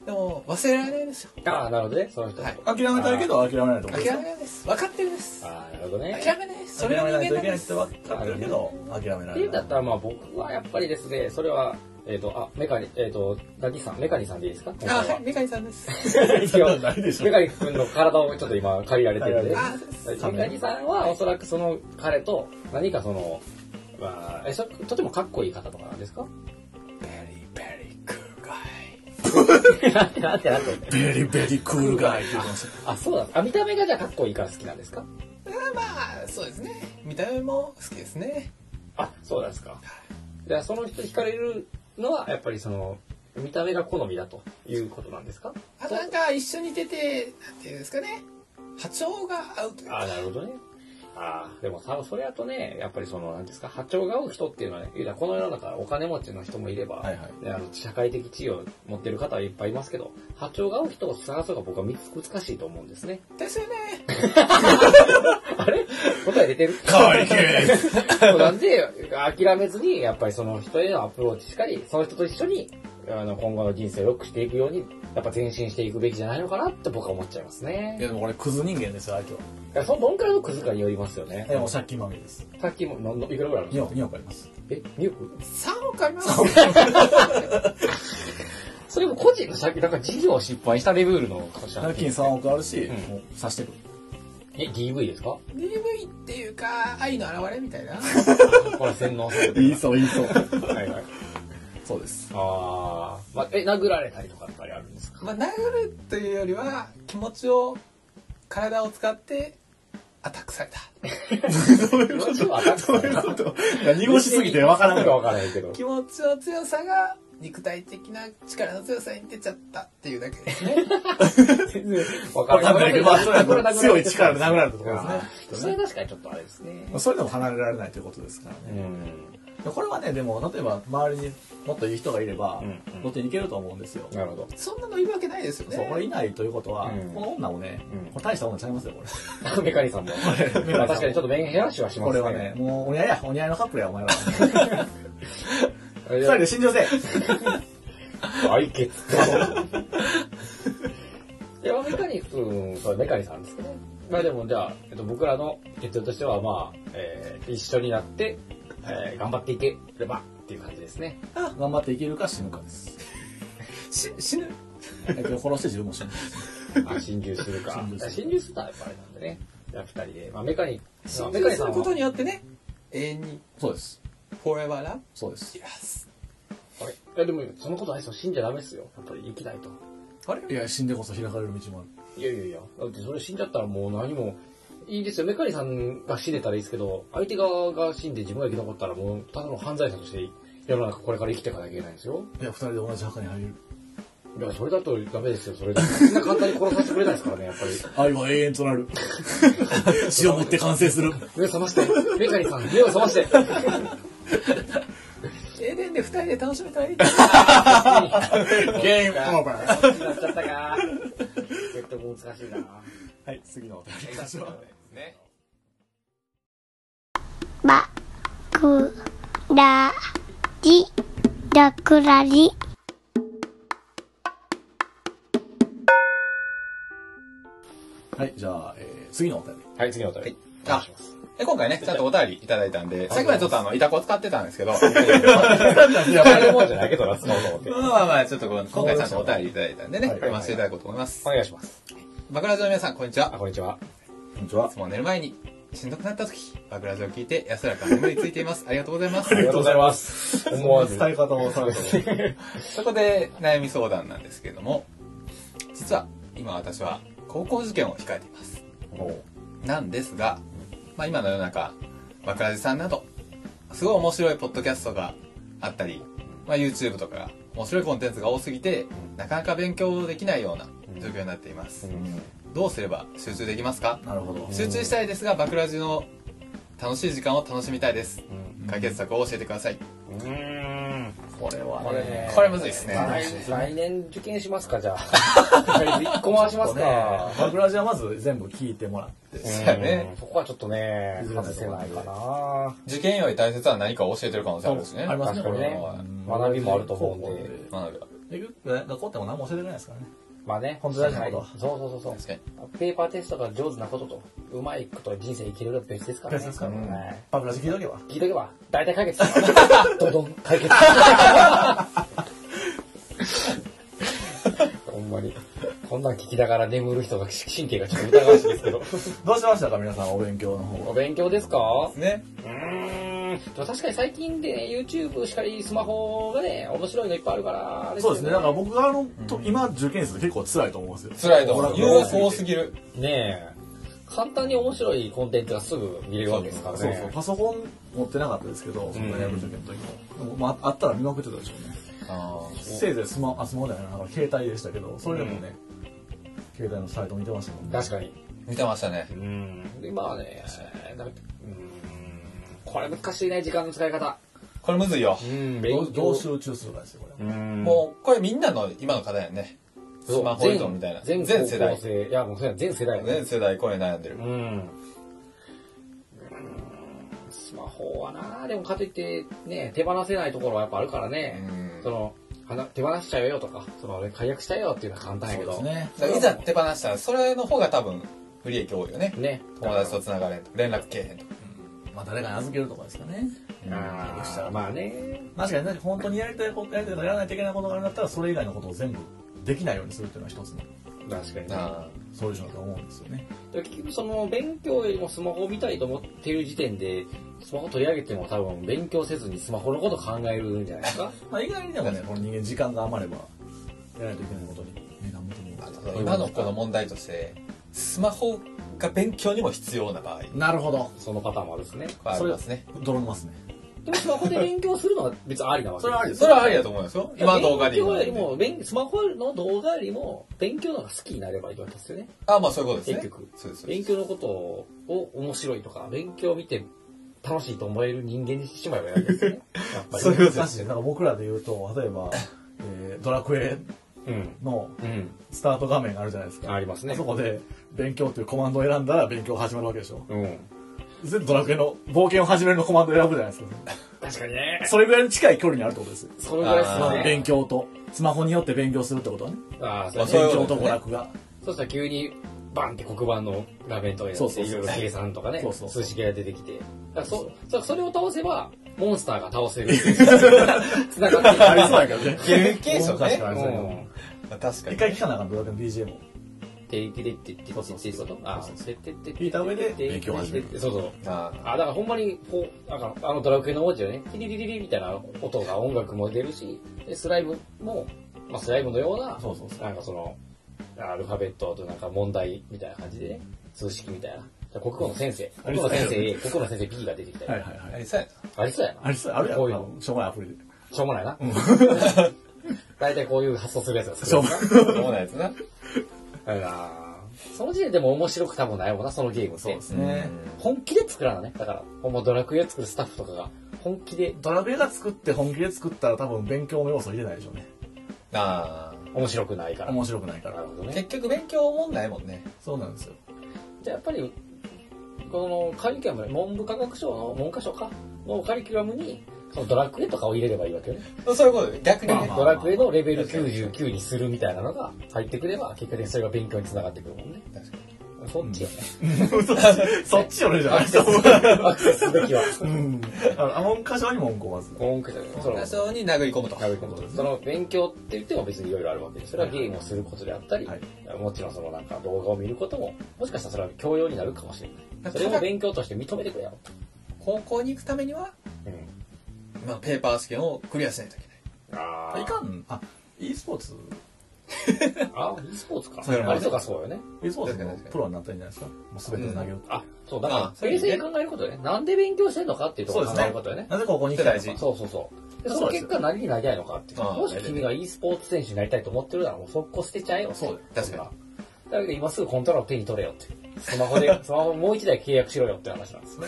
Speaker 4: でも忘れられないですよ
Speaker 2: ああ、なるほどね。その人。
Speaker 4: はい
Speaker 3: 諦めたいけど諦めないと思う
Speaker 4: 諦めないです分かってるんです
Speaker 2: ああ、なるほどね。
Speaker 4: 諦めないですそ
Speaker 3: 諦
Speaker 4: れが
Speaker 3: め
Speaker 4: 人
Speaker 3: ないと
Speaker 4: 間ないんで
Speaker 3: けないっ
Speaker 4: す
Speaker 3: て分かってるけど、諦めら
Speaker 2: ってい
Speaker 3: れ
Speaker 2: うんだ
Speaker 3: ない
Speaker 2: っ。たら、まあ僕はやっぱりですね、それは、えっ、と、あ、メカニ、えっ、と、ダディさん、メカニさんでいいですか
Speaker 4: あはいメカニさんです
Speaker 2: 一応
Speaker 3: ないでしょ
Speaker 2: メカニ君の体をちょっと今借りられてるんで。
Speaker 4: あそうです
Speaker 2: メカニさんはおそらくその彼と何かその、まあ、えそとてもかっこいい方とかなんですか
Speaker 4: Very very cool guy
Speaker 2: なんてなんてなんて。
Speaker 3: ベリベリクールガイって言ってまし
Speaker 2: あ、そうだ。あ、見た目がじゃあかっこいいから好きなんですか
Speaker 4: あまあそうですね見た目も好きですね
Speaker 2: あ、そうなんですか。じゃあその人惹かれるのは、やっぱりその、見た目が好みだということなんですか
Speaker 4: あとなんか一緒に出てなんていうんですかね波長が合うというか
Speaker 2: あなるほどね。ああ、でも多分それやとね、やっぱりその、なんていうんですか、波長が合う人っていうのはね、言うたらこの世の中お金持ちの人もいれば、
Speaker 3: はいはい
Speaker 2: ねあの社会的地位を持ってる方はいっぱいいますけど、波長が合う人を探すのが僕はみつ難しいと思うんですね。
Speaker 5: ですよね
Speaker 2: 答え出 てる
Speaker 3: 解決
Speaker 2: そう なんで、諦めずに、やっぱりその人へのアプローチしかり、その人と一緒に、あの、今後の人生を良くしていくように、やっぱ前進していくべきじゃないのかなって僕は思っちゃいます
Speaker 3: い
Speaker 2: ね。
Speaker 3: やでも俺クズ人間ですよ、相手は。
Speaker 2: いやそのどんくらいのクズかによりますよね
Speaker 3: い。や、もう借金まみれです。
Speaker 2: さっきも、なんのいくらぐらいあるんです
Speaker 3: 2
Speaker 2: か
Speaker 3: 億、2億あります。
Speaker 2: え、2億
Speaker 5: 3億あります
Speaker 2: それも個人の借金、なんか事業を失敗したレベルの借金
Speaker 3: 借金3億あるし、
Speaker 2: うん
Speaker 3: もう刺してくる。
Speaker 2: え、DV です か
Speaker 5: DV っていうか愛の表れみたいな
Speaker 2: これ洗脳されて
Speaker 3: 言い
Speaker 2: る
Speaker 3: そう、言いそう。
Speaker 2: な。はいはい。
Speaker 3: そうです。
Speaker 2: あー、まあ、え、殴られたりとかってあるんですか
Speaker 5: まあ、殴るというよりは気持ちを体を使ってアタックされた
Speaker 2: どういうこと
Speaker 3: そういうこと。濁しすぎてわからん
Speaker 2: か
Speaker 3: か
Speaker 2: わからないけど。
Speaker 5: 気持ちの強さが肉体的な力の強さに出ちゃったっていうだけですね
Speaker 2: 全然わ
Speaker 3: わかんないけど、まあ、とにか
Speaker 2: これは
Speaker 3: く強い力で殴られたところ
Speaker 2: あー
Speaker 3: です
Speaker 2: そ
Speaker 3: ね。
Speaker 2: れは確かにちょっとあれですね
Speaker 3: まあ。それでも離れられないということですからね。
Speaker 2: うん。
Speaker 3: これはね、でも、例えば、周りにもっといい人がいれば
Speaker 2: うんうん、
Speaker 3: ロッテに行けると思うんですよ。
Speaker 2: なるほど。
Speaker 5: そんなのいるわけないですよね
Speaker 3: そう、俺いないということは
Speaker 2: うん、
Speaker 3: この女もね
Speaker 2: うん、
Speaker 3: これ大した女ちゃいますよ、こ
Speaker 2: メカニさんも。
Speaker 3: れ。これ
Speaker 2: まあ確かにちょっとメンヘラ視はしま
Speaker 3: こ
Speaker 2: す
Speaker 3: れ
Speaker 2: ね。
Speaker 3: はね、もう、お似合いや、お似合いのカップルや、お前は。
Speaker 2: あれ
Speaker 3: 二
Speaker 2: だ
Speaker 3: 人
Speaker 2: よ。
Speaker 3: で心情せえ
Speaker 2: 解決。いや、メカニ君、そう、メカニさんですけど。まあでもじゃあ、えっと、僕らの決定としては、まあ、えー、一緒になって、えー、頑張っていければっていう感じですね。
Speaker 3: 頑張っていけるか死ぬかです。
Speaker 5: し死ぬ
Speaker 3: えっと殺して自分も死ぬ。
Speaker 2: あ、侵入する か。
Speaker 3: 侵入する
Speaker 2: 侵入するのはやっぱあれなんでね。じゃあ二人で。まあメカニ、
Speaker 5: 侵
Speaker 2: メカ
Speaker 5: 入
Speaker 2: ニ
Speaker 5: す
Speaker 2: さん
Speaker 5: る
Speaker 2: は
Speaker 5: ことによってね永遠に
Speaker 3: そうです。
Speaker 5: Forever Love
Speaker 3: そうです。
Speaker 5: Yes
Speaker 2: あれいやでも、そんなことないですよ。死んじゃダメですよ。やっぱり生きないと。
Speaker 5: あれ
Speaker 3: いや、死んでこそ開かれる道もある。
Speaker 2: いやいやいや、だってそれ死んじゃったらもう何も、いいですよ。メカニさんが死ねたらいいですけど、相手側が死んで自分が生き残ったらもう、ただの犯罪者として世の中これから生きていかなきゃいけないんですよ。
Speaker 3: いや、二人で同じ墓に入れる。
Speaker 2: いや、それだとダメですよ、それで。そんな簡単に殺させてくれないですからね、やっぱり。
Speaker 3: 愛は永遠とな る。死をもって完成する。
Speaker 2: 目を覚まして、メカニさん、目を覚まして。
Speaker 5: エデンで二人で楽しめたらいい
Speaker 3: ゲームオーバー。
Speaker 2: なっちゃったか。説得難しいな。
Speaker 3: はい、次のお便り行きましょう。
Speaker 2: ね。
Speaker 6: バクラジラクラジ
Speaker 3: はい、じゃあ、えー、次のお便り。
Speaker 2: はい、次のお便り。お願い
Speaker 5: あ
Speaker 2: します。
Speaker 5: え今回ねちゃんとお便りいただいたんでさっきまでちょっとあのイタコを使ってたんですけど
Speaker 2: やばいもんじゃないけどな、使おうと思って。
Speaker 5: まあまあまあちょっとこう今回ちゃんとお便りいただいたんでね
Speaker 3: はい
Speaker 5: 読ませていただこうと思います
Speaker 2: お願いします。
Speaker 5: バクラジオの皆さんこんにちは
Speaker 2: あ、こんにちは。
Speaker 3: こんにちはい
Speaker 5: つ。も寝る前にしんどくなった時バクラジオ聞いて安らかな眠りついていますありがとうございます
Speaker 2: ありがとうございます。思わず。
Speaker 3: 伝え方をされても。
Speaker 5: そこで悩み相談なんですけれども実は今私は高校受験を控えていますなんですが、まあ、今の世の中バクラジさんなどすごい面白いポッドキャストがあったり、まあ、YouTube とかが面白いコンテンツが多すぎてなかなか勉強できないような状況になっていますどうすれば集中できますか
Speaker 3: なるほど。
Speaker 5: 集中したいですがバクラジの楽しい時間を楽しみたいです解決策を教えてください
Speaker 2: うん。
Speaker 3: これは
Speaker 2: これね
Speaker 5: これむずいですね
Speaker 2: 来来年受験しますか、じゃあ。と りあえず一個回しますか。
Speaker 3: バグラジはまず全部聞いてもらって。
Speaker 5: そうやね
Speaker 2: うんそこはちょっとね、外せないかな。
Speaker 5: 受験より大切は何かを教えてる可能性あるしね
Speaker 3: あります
Speaker 2: 確か
Speaker 3: ね、こ
Speaker 2: に
Speaker 3: れ
Speaker 2: ね
Speaker 3: は。
Speaker 2: 学びもあると思うんで
Speaker 5: 学びは
Speaker 3: で学校っても何も教えてくれないですからね。
Speaker 2: まあね、
Speaker 3: 本当大事なことは
Speaker 2: そうそうそうそう。
Speaker 5: 確かに
Speaker 2: ペーパーテストが上手なことと、うまいこと人生生きれるのは別ですからね。
Speaker 3: 別ですからね
Speaker 2: はい
Speaker 3: バグラジ聞いとけば。
Speaker 2: 聞いとけば、大体解 決する。ドドン、解決。ほんまに。こんなん聞きながら眠る人が神経がちょっと疑わしいですけ ど。
Speaker 3: どうしましたか、皆さん、お勉強の方
Speaker 2: お
Speaker 3: は。
Speaker 2: 勉強ですか
Speaker 5: ね
Speaker 2: うーん。でも確かに最近でね、YouTube しかりスマホがね、面白いのいっぱいあるから、あれ
Speaker 3: そうですね。だから
Speaker 2: よ
Speaker 3: 僕があの、と今、受験生結構辛いと思うんですよ。
Speaker 5: 辛いと思う
Speaker 3: 僕ら
Speaker 5: 誘
Speaker 3: が
Speaker 5: 惑多すぎる
Speaker 2: ねえ。簡単に面白いコンテンツがすぐ見れるわけですからね。
Speaker 3: そうそう、パソコン持ってなかったですけど、その大学受験の時も。でもまあ、あったら見まくってたでしょうね。せいぜいスマあスマホじゃないな、携帯でしたけど、それでもね、携帯のサイト見てましたもんね。
Speaker 2: 確かに。
Speaker 4: 見てましたね。
Speaker 2: うん。で、まあね、なんかうん。これ難しいね、時間の使い方。
Speaker 4: これむずいよ。
Speaker 2: うん。
Speaker 3: どう
Speaker 2: 勉
Speaker 3: どう
Speaker 2: 強。
Speaker 3: 集中するかですよ、これ。
Speaker 2: うん。
Speaker 4: もう、これみんなの今の課題やね。ス
Speaker 2: そう
Speaker 4: マホ依存みたいな。
Speaker 2: 全
Speaker 4: 全
Speaker 2: 全
Speaker 4: 世
Speaker 2: 世
Speaker 4: 代
Speaker 2: 代。。いや、もうそうや全世代やね
Speaker 4: 全世代これ悩んでる
Speaker 2: う。ん。スマホはな、でもかといってね、手放せないところはやっぱあるからね。
Speaker 4: うん
Speaker 2: その、はな手放しちゃうよとか、その、解約しちゃうよっていうのは簡単やけど。
Speaker 3: そうですね
Speaker 4: だからいざ手放したら、それの方が多分、不利益多いよね。
Speaker 2: ね。
Speaker 4: 友達と繋がれんとか、連絡けえへんとか。
Speaker 3: まあ、誰かに預けるとかですかね。
Speaker 2: あーまあね。
Speaker 3: 確かに、ね、本当にやりたいこと、やりたいことやらないといけないことがあるんだったら、それ以外のことを全部できないようにするっていうのは一つの
Speaker 2: 確かにね
Speaker 4: あ
Speaker 3: ソリューションだと思うんですよね。
Speaker 2: で結局その勉強よりもスマホを見たいと思っている時点で、スマホ取り上げても多分勉強せずにスマホのこと考えるんじゃないですか
Speaker 3: まあ、意外にでもね、この人間時間が余れば、やらないといけないことに目が向くも
Speaker 4: あと 今のこの問題として、スマホが勉強にも必要な場合。
Speaker 3: なるほど。
Speaker 2: そのパターンもあるですね。
Speaker 4: これありますね。
Speaker 3: 泥沼ますね。
Speaker 2: でもスマホで勉強するのは別にありなわけ
Speaker 3: それはありです
Speaker 4: それはありだと思うんですよ。今の動画で
Speaker 2: 勉
Speaker 4: 言うの
Speaker 2: 強よ
Speaker 4: で
Speaker 2: りも、勉スマホの動画よりも、勉強の方が好きになればいいわけですよね。
Speaker 4: あ、まあそういうことですね。
Speaker 2: 結局
Speaker 4: そうです。そうで
Speaker 2: 勉
Speaker 4: す
Speaker 2: 強のことを面白いとか、勉強を見て楽しいと思える人間にしてしまえばいいわけですよね。やっぱ り。
Speaker 4: そういうことで
Speaker 3: 確
Speaker 4: す
Speaker 3: かになんか僕らで言うと、例えば、えードラクエ
Speaker 2: うん。
Speaker 3: の
Speaker 2: うん。
Speaker 3: スタート画面があるじゃないですか。
Speaker 2: ありますね
Speaker 3: あそこで、勉強というコマンドを選んだら勉強が始まるわけでしょ。
Speaker 2: うん。
Speaker 3: 全部ドラクエの冒険を始めるのコマンドを選ぶじゃないですか。
Speaker 2: 確かにね。
Speaker 3: それぐらいに近い距離にあるってことですよ。
Speaker 2: そのぐらいです
Speaker 4: あ
Speaker 2: よ
Speaker 4: ー
Speaker 2: ね。
Speaker 3: 勉。強と。スマホによって勉強するってことはね。
Speaker 2: ああ、そう
Speaker 4: まあ
Speaker 2: ね
Speaker 4: そういう
Speaker 3: 勉
Speaker 4: ことです
Speaker 3: 強と
Speaker 4: ね
Speaker 3: 娯楽が。
Speaker 2: そしたら急に、バンって黒板の画面とや
Speaker 3: そう
Speaker 2: っ
Speaker 3: そ
Speaker 2: て、
Speaker 3: う
Speaker 2: い
Speaker 3: そう
Speaker 2: ろいろ計算とかね
Speaker 3: そうそう、そう
Speaker 2: 数式が出てきて。だからそ、そそれを倒せば、モンスターが倒せる。 繋がっていく
Speaker 3: ありそうやからね。
Speaker 4: ゲーム形式ね
Speaker 3: 確かにありそうや
Speaker 2: う
Speaker 3: けど
Speaker 2: ん。
Speaker 4: まあ確か
Speaker 3: 一
Speaker 4: に。
Speaker 3: 回聞かなあかん、ドラクエの BGM を。
Speaker 2: てりてりってって
Speaker 3: そ
Speaker 2: こ
Speaker 3: うそうそう
Speaker 2: とあ
Speaker 3: そうそう
Speaker 2: てってって
Speaker 3: 聞いた上で
Speaker 2: て
Speaker 3: 勉強を始める
Speaker 2: そうそう。
Speaker 4: あー
Speaker 2: あ、だからほんまに、こう、なんかあのドラクエの文字よね、ティリリリリみたいな音が音楽も出るし、でスライムも、まあスライムのような、
Speaker 3: そうそうそ
Speaker 2: なんかその、アルファベットとなんか問題みたいな感じでね、数式みたいな。じゃあ国語の先生、国語の先生 A、国語の先生 B が出てきたり。
Speaker 3: はいはいはい
Speaker 4: あ。りそうやな。
Speaker 2: ありそうやな。
Speaker 3: ありそう、あるや
Speaker 2: こ
Speaker 3: ろ
Speaker 2: ういう
Speaker 3: 多
Speaker 2: の。
Speaker 3: 分、しょうもないアプリで。
Speaker 2: しょうもないな。大体こういう発想するやつが好きだな
Speaker 3: しょうも
Speaker 4: そうなやつな。
Speaker 2: だから、その時点でも面白く多分ないもんな、そのゲームって。
Speaker 3: そうですね。
Speaker 2: 本気で作らなね。だから、ほんまドラクエを作るスタッフとかが、本気で
Speaker 3: ドラベが作って本気で作ったら多分勉強の要素入れないでしょうね。
Speaker 4: あ
Speaker 2: 面白くないから。
Speaker 3: 面白くないか
Speaker 2: な
Speaker 3: ら
Speaker 2: る。ほど
Speaker 4: あ。
Speaker 2: ね。
Speaker 4: 結局勉強もんないもんね。
Speaker 3: そうなんですよ。
Speaker 2: じゃあやっぱり、このカリキュラム、文部科学省の文科省か、のカリキュラムに、そのドラクエとかを入れればいいわけよね。
Speaker 4: そういうことで、逆に
Speaker 3: まあ
Speaker 4: ね
Speaker 3: ま。
Speaker 2: ドラクエのレベル99にするみたいなのが入ってくれば、結果的にそれが勉強につながってくるもんね。
Speaker 4: 確かに
Speaker 2: そっちよね。
Speaker 3: そっちよりじゃないです
Speaker 2: アクセスすべきは。
Speaker 3: うん。あ の、アモンカ賞に文句をまず。
Speaker 2: 文科省のその
Speaker 4: 多少に殴り込むと。
Speaker 2: なるほどその勉強って言っても別にいろいろあるわけです。それはゲームをすることであったり、
Speaker 3: はい
Speaker 2: もちろんそのなんか動画を見ることも、もしかしたらそれは教養になるかもしれな
Speaker 4: だ
Speaker 2: い。
Speaker 4: か
Speaker 2: そ
Speaker 4: ら
Speaker 2: れを勉強として認めてくれよ。
Speaker 4: 高校に行くためには、
Speaker 2: うん。
Speaker 4: まあ、ペーパー試験をクリアしないといけない。
Speaker 2: あ
Speaker 3: いかん。あ、e スポーツ
Speaker 2: あ、e スポーツか。
Speaker 3: そういうのも
Speaker 2: あ
Speaker 3: あ
Speaker 2: れ
Speaker 3: る
Speaker 2: とかそうよね。
Speaker 3: e スポーツのプロになったらいいんじゃないですか。もう全てを投げる。
Speaker 2: あ、そう、だか
Speaker 4: あ
Speaker 2: ら、冷静に考えることよね。なんで勉強してんのかっていうところを考えることよね。
Speaker 3: なぜここに来たのか。
Speaker 2: そうそうそう。で、そ
Speaker 3: そう
Speaker 2: の
Speaker 3: です
Speaker 2: 結
Speaker 3: よ
Speaker 2: 果何になりたいのかっていう。
Speaker 4: ああ
Speaker 2: もし君が e スポーツ選手になりたいと思ってるなら、もう速攻捨てちゃえよ。
Speaker 3: そうだよ
Speaker 4: 確か
Speaker 2: に。だけど今すぐコントローラーを手に取れよって。スマホで、スマホもう一台契約しろよって話なんですね。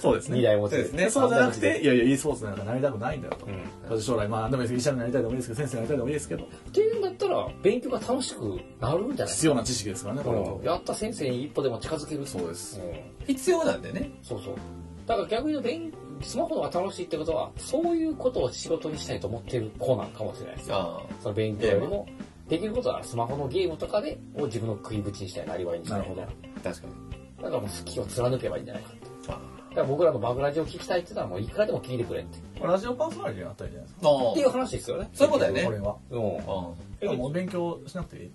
Speaker 3: そうですね。
Speaker 2: 二台持ち
Speaker 4: そうですね
Speaker 3: そうじゃなくて、いやいや、e スポーツなんかなりたくないんだよと。
Speaker 2: うん
Speaker 3: 私将来、まあ、なんでもいいです。医者になりたいでもいいですけど、先生になりたいでもいいですけど、
Speaker 2: っていうんだったら、勉強が楽しくなるんじゃない
Speaker 3: 必要な知識ですからね、これは。
Speaker 2: やった先生に一歩でも近づける。
Speaker 3: そうです
Speaker 2: ん
Speaker 4: に。必要なんでね。
Speaker 2: そうそう。だから逆に言うと勉、スマホの方が楽しいってことは、そういうことを仕事にしたいと思ってる子なんかもしれないですよ。
Speaker 4: ああ。
Speaker 2: その勉強よりも、できることはスマホのゲームとかで、を自分の食いぶちにしたい、なりわいにしたいみたいな。
Speaker 4: 確かに。
Speaker 2: だからもう好きを貫けばいいんじゃないかって。
Speaker 4: あ
Speaker 2: だから僕らのバグラジオ聞きたいって言ったらもういくらでも聞いてくれって。
Speaker 3: ラジオパーソナリティになったらいいんじゃないですか。
Speaker 4: あー
Speaker 2: っていう話ですよね。
Speaker 4: そういうことだよ
Speaker 3: こ
Speaker 4: ね
Speaker 3: れ。は。
Speaker 2: うん。
Speaker 4: うん
Speaker 3: でももう勉強しなくていい。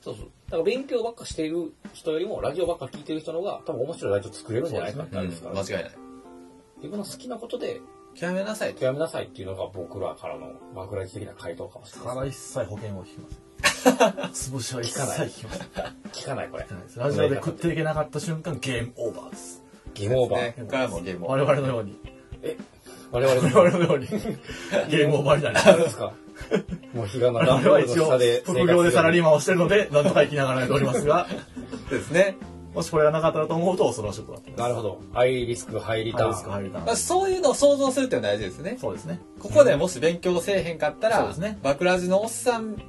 Speaker 2: そうそう。だから勉強ばっかしている人よりも、ラジオばっか聞いてる人の方が、多分面白いラジオ作れるんじゃないかってあ
Speaker 4: う
Speaker 2: る
Speaker 4: ん
Speaker 2: んですから、
Speaker 4: 間違いない。
Speaker 2: 自分の好きなことで、
Speaker 4: 極めなさいと。
Speaker 2: やめなさいっていうのが僕らからの枕的な回答かもしれ
Speaker 3: た
Speaker 2: ない
Speaker 3: だ一切保険を引き ません。潰しは一切引きません。
Speaker 2: 聞かない、これ。
Speaker 3: ラジオで食っていけなかった瞬間、ゲームオーバーです。
Speaker 2: ゲームオーバー
Speaker 4: ね。ここからもゲームを
Speaker 3: 我。々のように。
Speaker 2: え、我々
Speaker 3: 我
Speaker 2: の
Speaker 3: 々の ように。ゲームオーバーになりま
Speaker 2: あれ
Speaker 3: す。
Speaker 2: ですか。もう日がな
Speaker 3: 我々は一応、
Speaker 2: 下で
Speaker 3: 副業でサラリー
Speaker 2: マ
Speaker 3: マンをしてるので、なんとか生きながらやっておりますが、
Speaker 4: ですね。
Speaker 3: もしこれがなかったらと思うと恐ろしいことだった
Speaker 2: なるほど。ハイリスク、ハイリター
Speaker 3: ハイ
Speaker 2: ン。
Speaker 3: リスクハイリタ
Speaker 4: ま
Speaker 3: ー
Speaker 4: あ、
Speaker 3: ン
Speaker 4: そういうのを想像するっていうのは大事ですね。
Speaker 3: そうですね
Speaker 4: ここでもし勉強せえへんかった
Speaker 3: そう
Speaker 4: ら
Speaker 3: ですね、
Speaker 4: バクラジのおっさん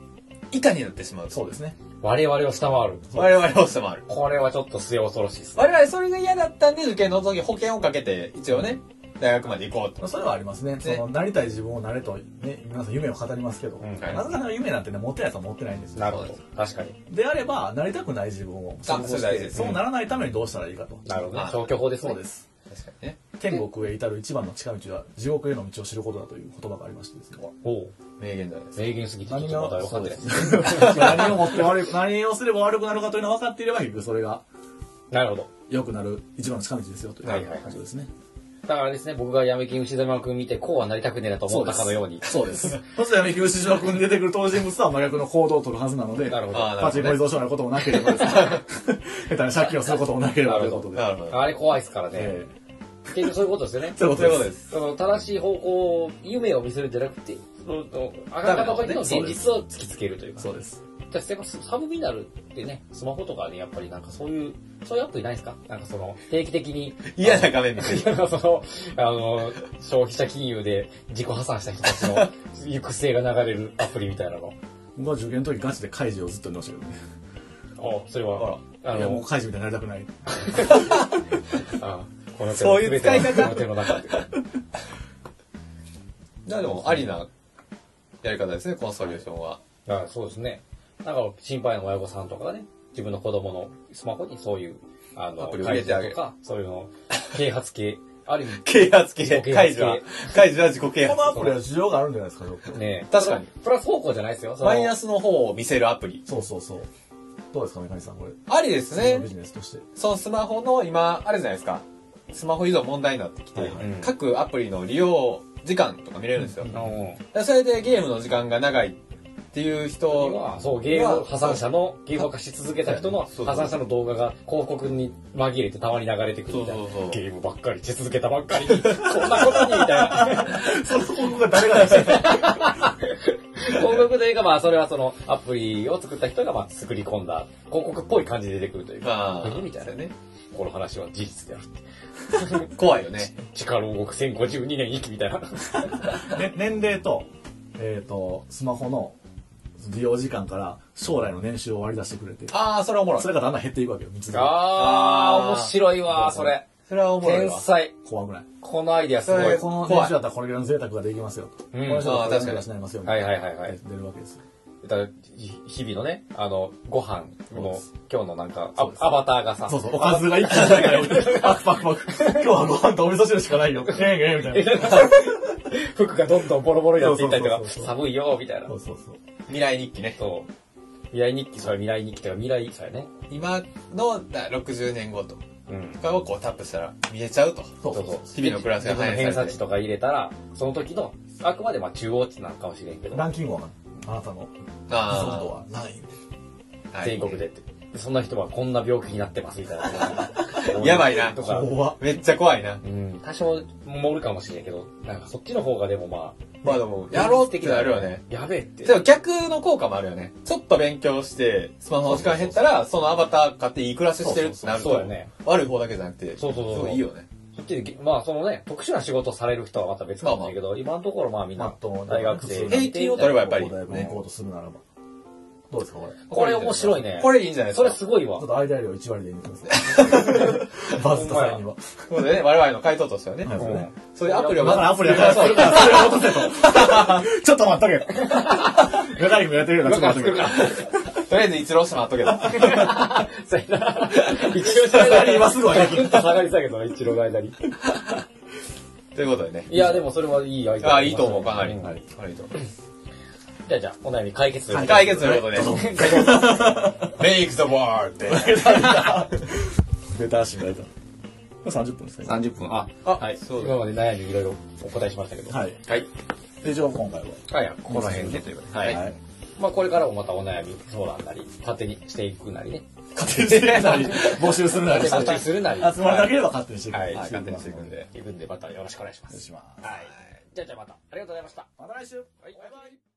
Speaker 4: 以下になってしまう。
Speaker 3: そうですね
Speaker 2: 我々を下回る。
Speaker 4: 我々を下回る。
Speaker 2: これはちょっと末恐ろしいですね。
Speaker 4: 我々それが嫌だったんで、受験の時保険をかけて、一応ね、大学まで行こう
Speaker 3: まあ
Speaker 4: と。
Speaker 3: それはありますねそのなりたい自分をなれとね皆さん夢を語りますけど、
Speaker 2: ん
Speaker 3: なかなか夢なんてね持ってない人は持ってないんですよ
Speaker 2: なるほど。確かに。
Speaker 3: であればなりたくない自分を想像
Speaker 4: それ
Speaker 3: し
Speaker 4: 大事
Speaker 3: て
Speaker 4: です
Speaker 3: そうならないためにどうしたらいいかと
Speaker 2: なるほどね
Speaker 4: あ。
Speaker 2: 消去法ですね。
Speaker 3: そうで。す
Speaker 4: 確かにね。
Speaker 3: 天国へ至る一番の近道は地獄への道を知ることだという言葉がありましてですね
Speaker 2: おう。
Speaker 4: 名言じゃないですか。
Speaker 2: 名言すぎてちょっ
Speaker 3: 何
Speaker 2: とま
Speaker 3: が
Speaker 2: だ分かってないです。
Speaker 3: 何をもって悪く何をすれば悪くなるかというのは分かっていれば結局それが
Speaker 2: なるほど。
Speaker 3: 良くなる一番の近道ですよという
Speaker 2: はいはいはい
Speaker 3: ことですね。
Speaker 2: だからあれですね、僕が闇金牛玉君見て、こうはなりたくねえなと思ったかのように。
Speaker 3: そうです。そして闇金牛島君に出てくる当人物とは真逆の行動を取るはずなので、
Speaker 2: なるほど
Speaker 4: ああなるほどね
Speaker 3: パチンコ依存症になることもなければですね、下手に借金をすることもなければということで。
Speaker 4: なるほど。
Speaker 2: あれ怖いですからね
Speaker 3: え。
Speaker 2: 結局そういうことですよね
Speaker 3: え。そういうことです。
Speaker 2: その正しい方向を、夢を見せるんじゃなくて、そのあがったところの現実を突きつけるというか。
Speaker 3: そうです。
Speaker 2: じゃあやっぱサブミナルってね、スマホとかね、やっぱりなんかそういう、そういうアプリないですかなんかその、定期的に、
Speaker 4: 嫌な画面見てる。
Speaker 2: なんかその、あの、消費者金融で自己破産した人たちの行く末が流れるアプリみたいなの。
Speaker 3: 僕は受験の時ガチでカイジをずっと見ましたけどね。
Speaker 2: あ、それは、あ
Speaker 3: いやもう
Speaker 2: の、
Speaker 3: カイジみたいになりたくない。
Speaker 2: あこの手
Speaker 4: そう
Speaker 2: の
Speaker 4: いう
Speaker 2: 全
Speaker 4: 使い
Speaker 2: て
Speaker 4: 方
Speaker 2: のこの手の中で。
Speaker 4: じゃあでも、ありなやり方ですね、このソリューション は。
Speaker 2: あそうですね。なんか心配な親御さんとかがね、自分の子供のスマホにそういう、あの、
Speaker 4: アプリを入れてあげる
Speaker 2: とか、そういうの、啓発系、ある意味、
Speaker 4: 啓発系、
Speaker 2: 自己啓発系
Speaker 4: 解除は。解除は自己啓
Speaker 3: このア
Speaker 4: 発。
Speaker 3: プリは需要があるんじゃないですか、ちょっと。
Speaker 2: ね
Speaker 4: 確かに。
Speaker 2: プラス方向じゃないですよ。その
Speaker 4: マイナスの方を見せるアプリ。
Speaker 3: そうそうそう。どうですか、メカニさん、これ。
Speaker 4: ありですね
Speaker 3: ビ。ジネスとして。
Speaker 4: そのスマホの今、あれじゃないですか。スマホ依存問題になってきて、
Speaker 3: はいはい
Speaker 4: 各アプリの利用時間とか見れるんですよ。
Speaker 2: あの
Speaker 4: それでゲームの時間が長いっていう 人、
Speaker 2: 今そう、ゲーム破産者の、ゲームを貸し続けた人の
Speaker 4: そう
Speaker 2: 破産者の動画が広告に紛れてたまに流れてくるみたい
Speaker 4: そ
Speaker 2: な
Speaker 4: うそうそう。
Speaker 2: ゲームばっかりし続けたばっかりに、こんなことにみた いな。
Speaker 3: その報告が誰が出してる
Speaker 2: 広告というか、まあ、それはその、アプリを作った人が、まあ、作り込んだ、広告っぽい感じで出てくるというか、
Speaker 4: まあ、
Speaker 2: えみたいなね。この話は事実である。
Speaker 4: 怖いよね。
Speaker 2: 力を動く1052年生きみたい な。
Speaker 3: ね、年齢と,、えー、とスマホの利用時間から将来の年収を割り出してくれて
Speaker 4: ああ、それはおもろい。
Speaker 3: それがだんだん減っていくわけよ密度が
Speaker 2: あ
Speaker 4: ー
Speaker 2: ー、面白いわ、それ。
Speaker 4: それはおもろい
Speaker 2: 天
Speaker 4: わ。
Speaker 2: 才。
Speaker 3: 怖くない
Speaker 2: このアイディアすごい。
Speaker 4: それ
Speaker 3: この
Speaker 4: 怖い
Speaker 3: 年収だったらこれぐらいの贅沢ができますよと、
Speaker 2: うん
Speaker 3: この人だったら
Speaker 4: あー確
Speaker 3: これぐらいの
Speaker 4: かに
Speaker 3: 話になりますよみた
Speaker 2: はいい
Speaker 3: な
Speaker 2: はいはいはい。
Speaker 3: 出るわけですよ
Speaker 2: だからひ日々のね、あの、ご飯の、今日のなんか、
Speaker 3: そうです
Speaker 2: アアバターがさ、
Speaker 3: そうそうおかずが一気にないからパクパクパク今日はご飯とお味噌汁しかないよええええみたいな
Speaker 2: 服がどんどんボロボロになっていったりと
Speaker 3: そ
Speaker 2: か、
Speaker 3: うそうそうそう
Speaker 2: 寒いよ、みたいな
Speaker 3: そ。うそうそう
Speaker 4: 未来日記ね。
Speaker 2: そう。未来日記、それは未来日記とか未来、それね。
Speaker 4: 今のだ60年後と
Speaker 2: うん。
Speaker 4: かをこうタップしたら見えちゃうと。
Speaker 3: そ
Speaker 2: そ
Speaker 3: うそうう
Speaker 2: そ
Speaker 4: 日
Speaker 2: う。
Speaker 4: 々の暮らしが反映されて
Speaker 2: 自分の偏差値とか入れたら、その時の、あくまでまあ中央値なのかもしれんけど、
Speaker 3: ランキングはあなたの理想度
Speaker 4: あ
Speaker 3: はない
Speaker 4: あ、はい
Speaker 2: 全国でって。そんな人はこんな病気になってますみたいな。
Speaker 4: やばいな
Speaker 2: とか。
Speaker 3: 怖っ
Speaker 4: めっちゃ怖いな。
Speaker 2: うん。多少盛るかもしれんけど、なんかそっちの方がでもまあ、
Speaker 4: まあでも、やろうってなるよね。。
Speaker 2: やべえって。
Speaker 4: でも逆の効果もあるよね。ちょっと勉強して、スマホの時間減ったら、そのアバター買っていい暮らししてるってなる
Speaker 2: そうそうそうそう
Speaker 4: と
Speaker 2: やね、
Speaker 4: 悪い方だけじゃなくて、す
Speaker 2: そうそうそう
Speaker 4: ごいいいよね。
Speaker 2: そっちで、まあそのね、特殊な仕事をされる人はまた別かもしれないけど、今のところまあみん
Speaker 3: ま
Speaker 2: な
Speaker 3: っとうな
Speaker 2: 大学生
Speaker 3: 普通の
Speaker 4: 平均を取ればやっぱり
Speaker 3: 高校大学に行こうとするならばどうですかこれ
Speaker 2: これ面白いね。
Speaker 4: これいいんじゃないです
Speaker 2: そ
Speaker 4: か
Speaker 2: れすごいわ
Speaker 3: ちょっ。と間より1割でいいんですよ。バズった際には。
Speaker 4: ということでね、 我々の回答としてはね、
Speaker 3: はい
Speaker 2: うん
Speaker 4: そういうアプリを
Speaker 3: だからアプリだから、それから、それを落とせと。ちょっと待っとけ。メタリックもやってるから、ちょっと待っとけ。
Speaker 4: とりあえず一郎してもらっとけど。
Speaker 2: そうやな。一応しないだに
Speaker 3: 今すぐはね
Speaker 2: ちょっと下がり下げたな、一応の間に。
Speaker 4: ということでね。
Speaker 2: いや、でもそれはいいアイデア。
Speaker 4: ああ、いいと思う、かなり。
Speaker 2: ん
Speaker 4: はいいいと思
Speaker 2: じゃあじゃあ、お悩み解決という
Speaker 4: う。
Speaker 2: こと
Speaker 4: 解
Speaker 2: で
Speaker 4: 決ということで、Make the world! って
Speaker 3: ベタ足になれた。30分ですか
Speaker 2: 30分。あ、
Speaker 4: あ
Speaker 2: はい。
Speaker 4: そうだ
Speaker 2: 今まで悩みいろいろお答えしましたけど。
Speaker 3: 今はい。
Speaker 2: はい。
Speaker 3: 以上、今回は。
Speaker 2: はい、この辺でということで。はい。
Speaker 3: はい。
Speaker 2: まあこれからもまたお悩み相談なり、勝手にしていくなりね。
Speaker 3: 勝手にしてなり、募集するなりして。
Speaker 2: 勝手にするなり。
Speaker 3: 集まりなければ勝手にしていく。
Speaker 2: はい
Speaker 4: 勝手にしていくんで。
Speaker 2: いくんでまたよろしくお願いしま
Speaker 3: 失礼
Speaker 2: す。
Speaker 3: します。
Speaker 2: はい。じゃあじゃあまた、ありがとうございました。
Speaker 3: また来週
Speaker 2: はい。バイバイ。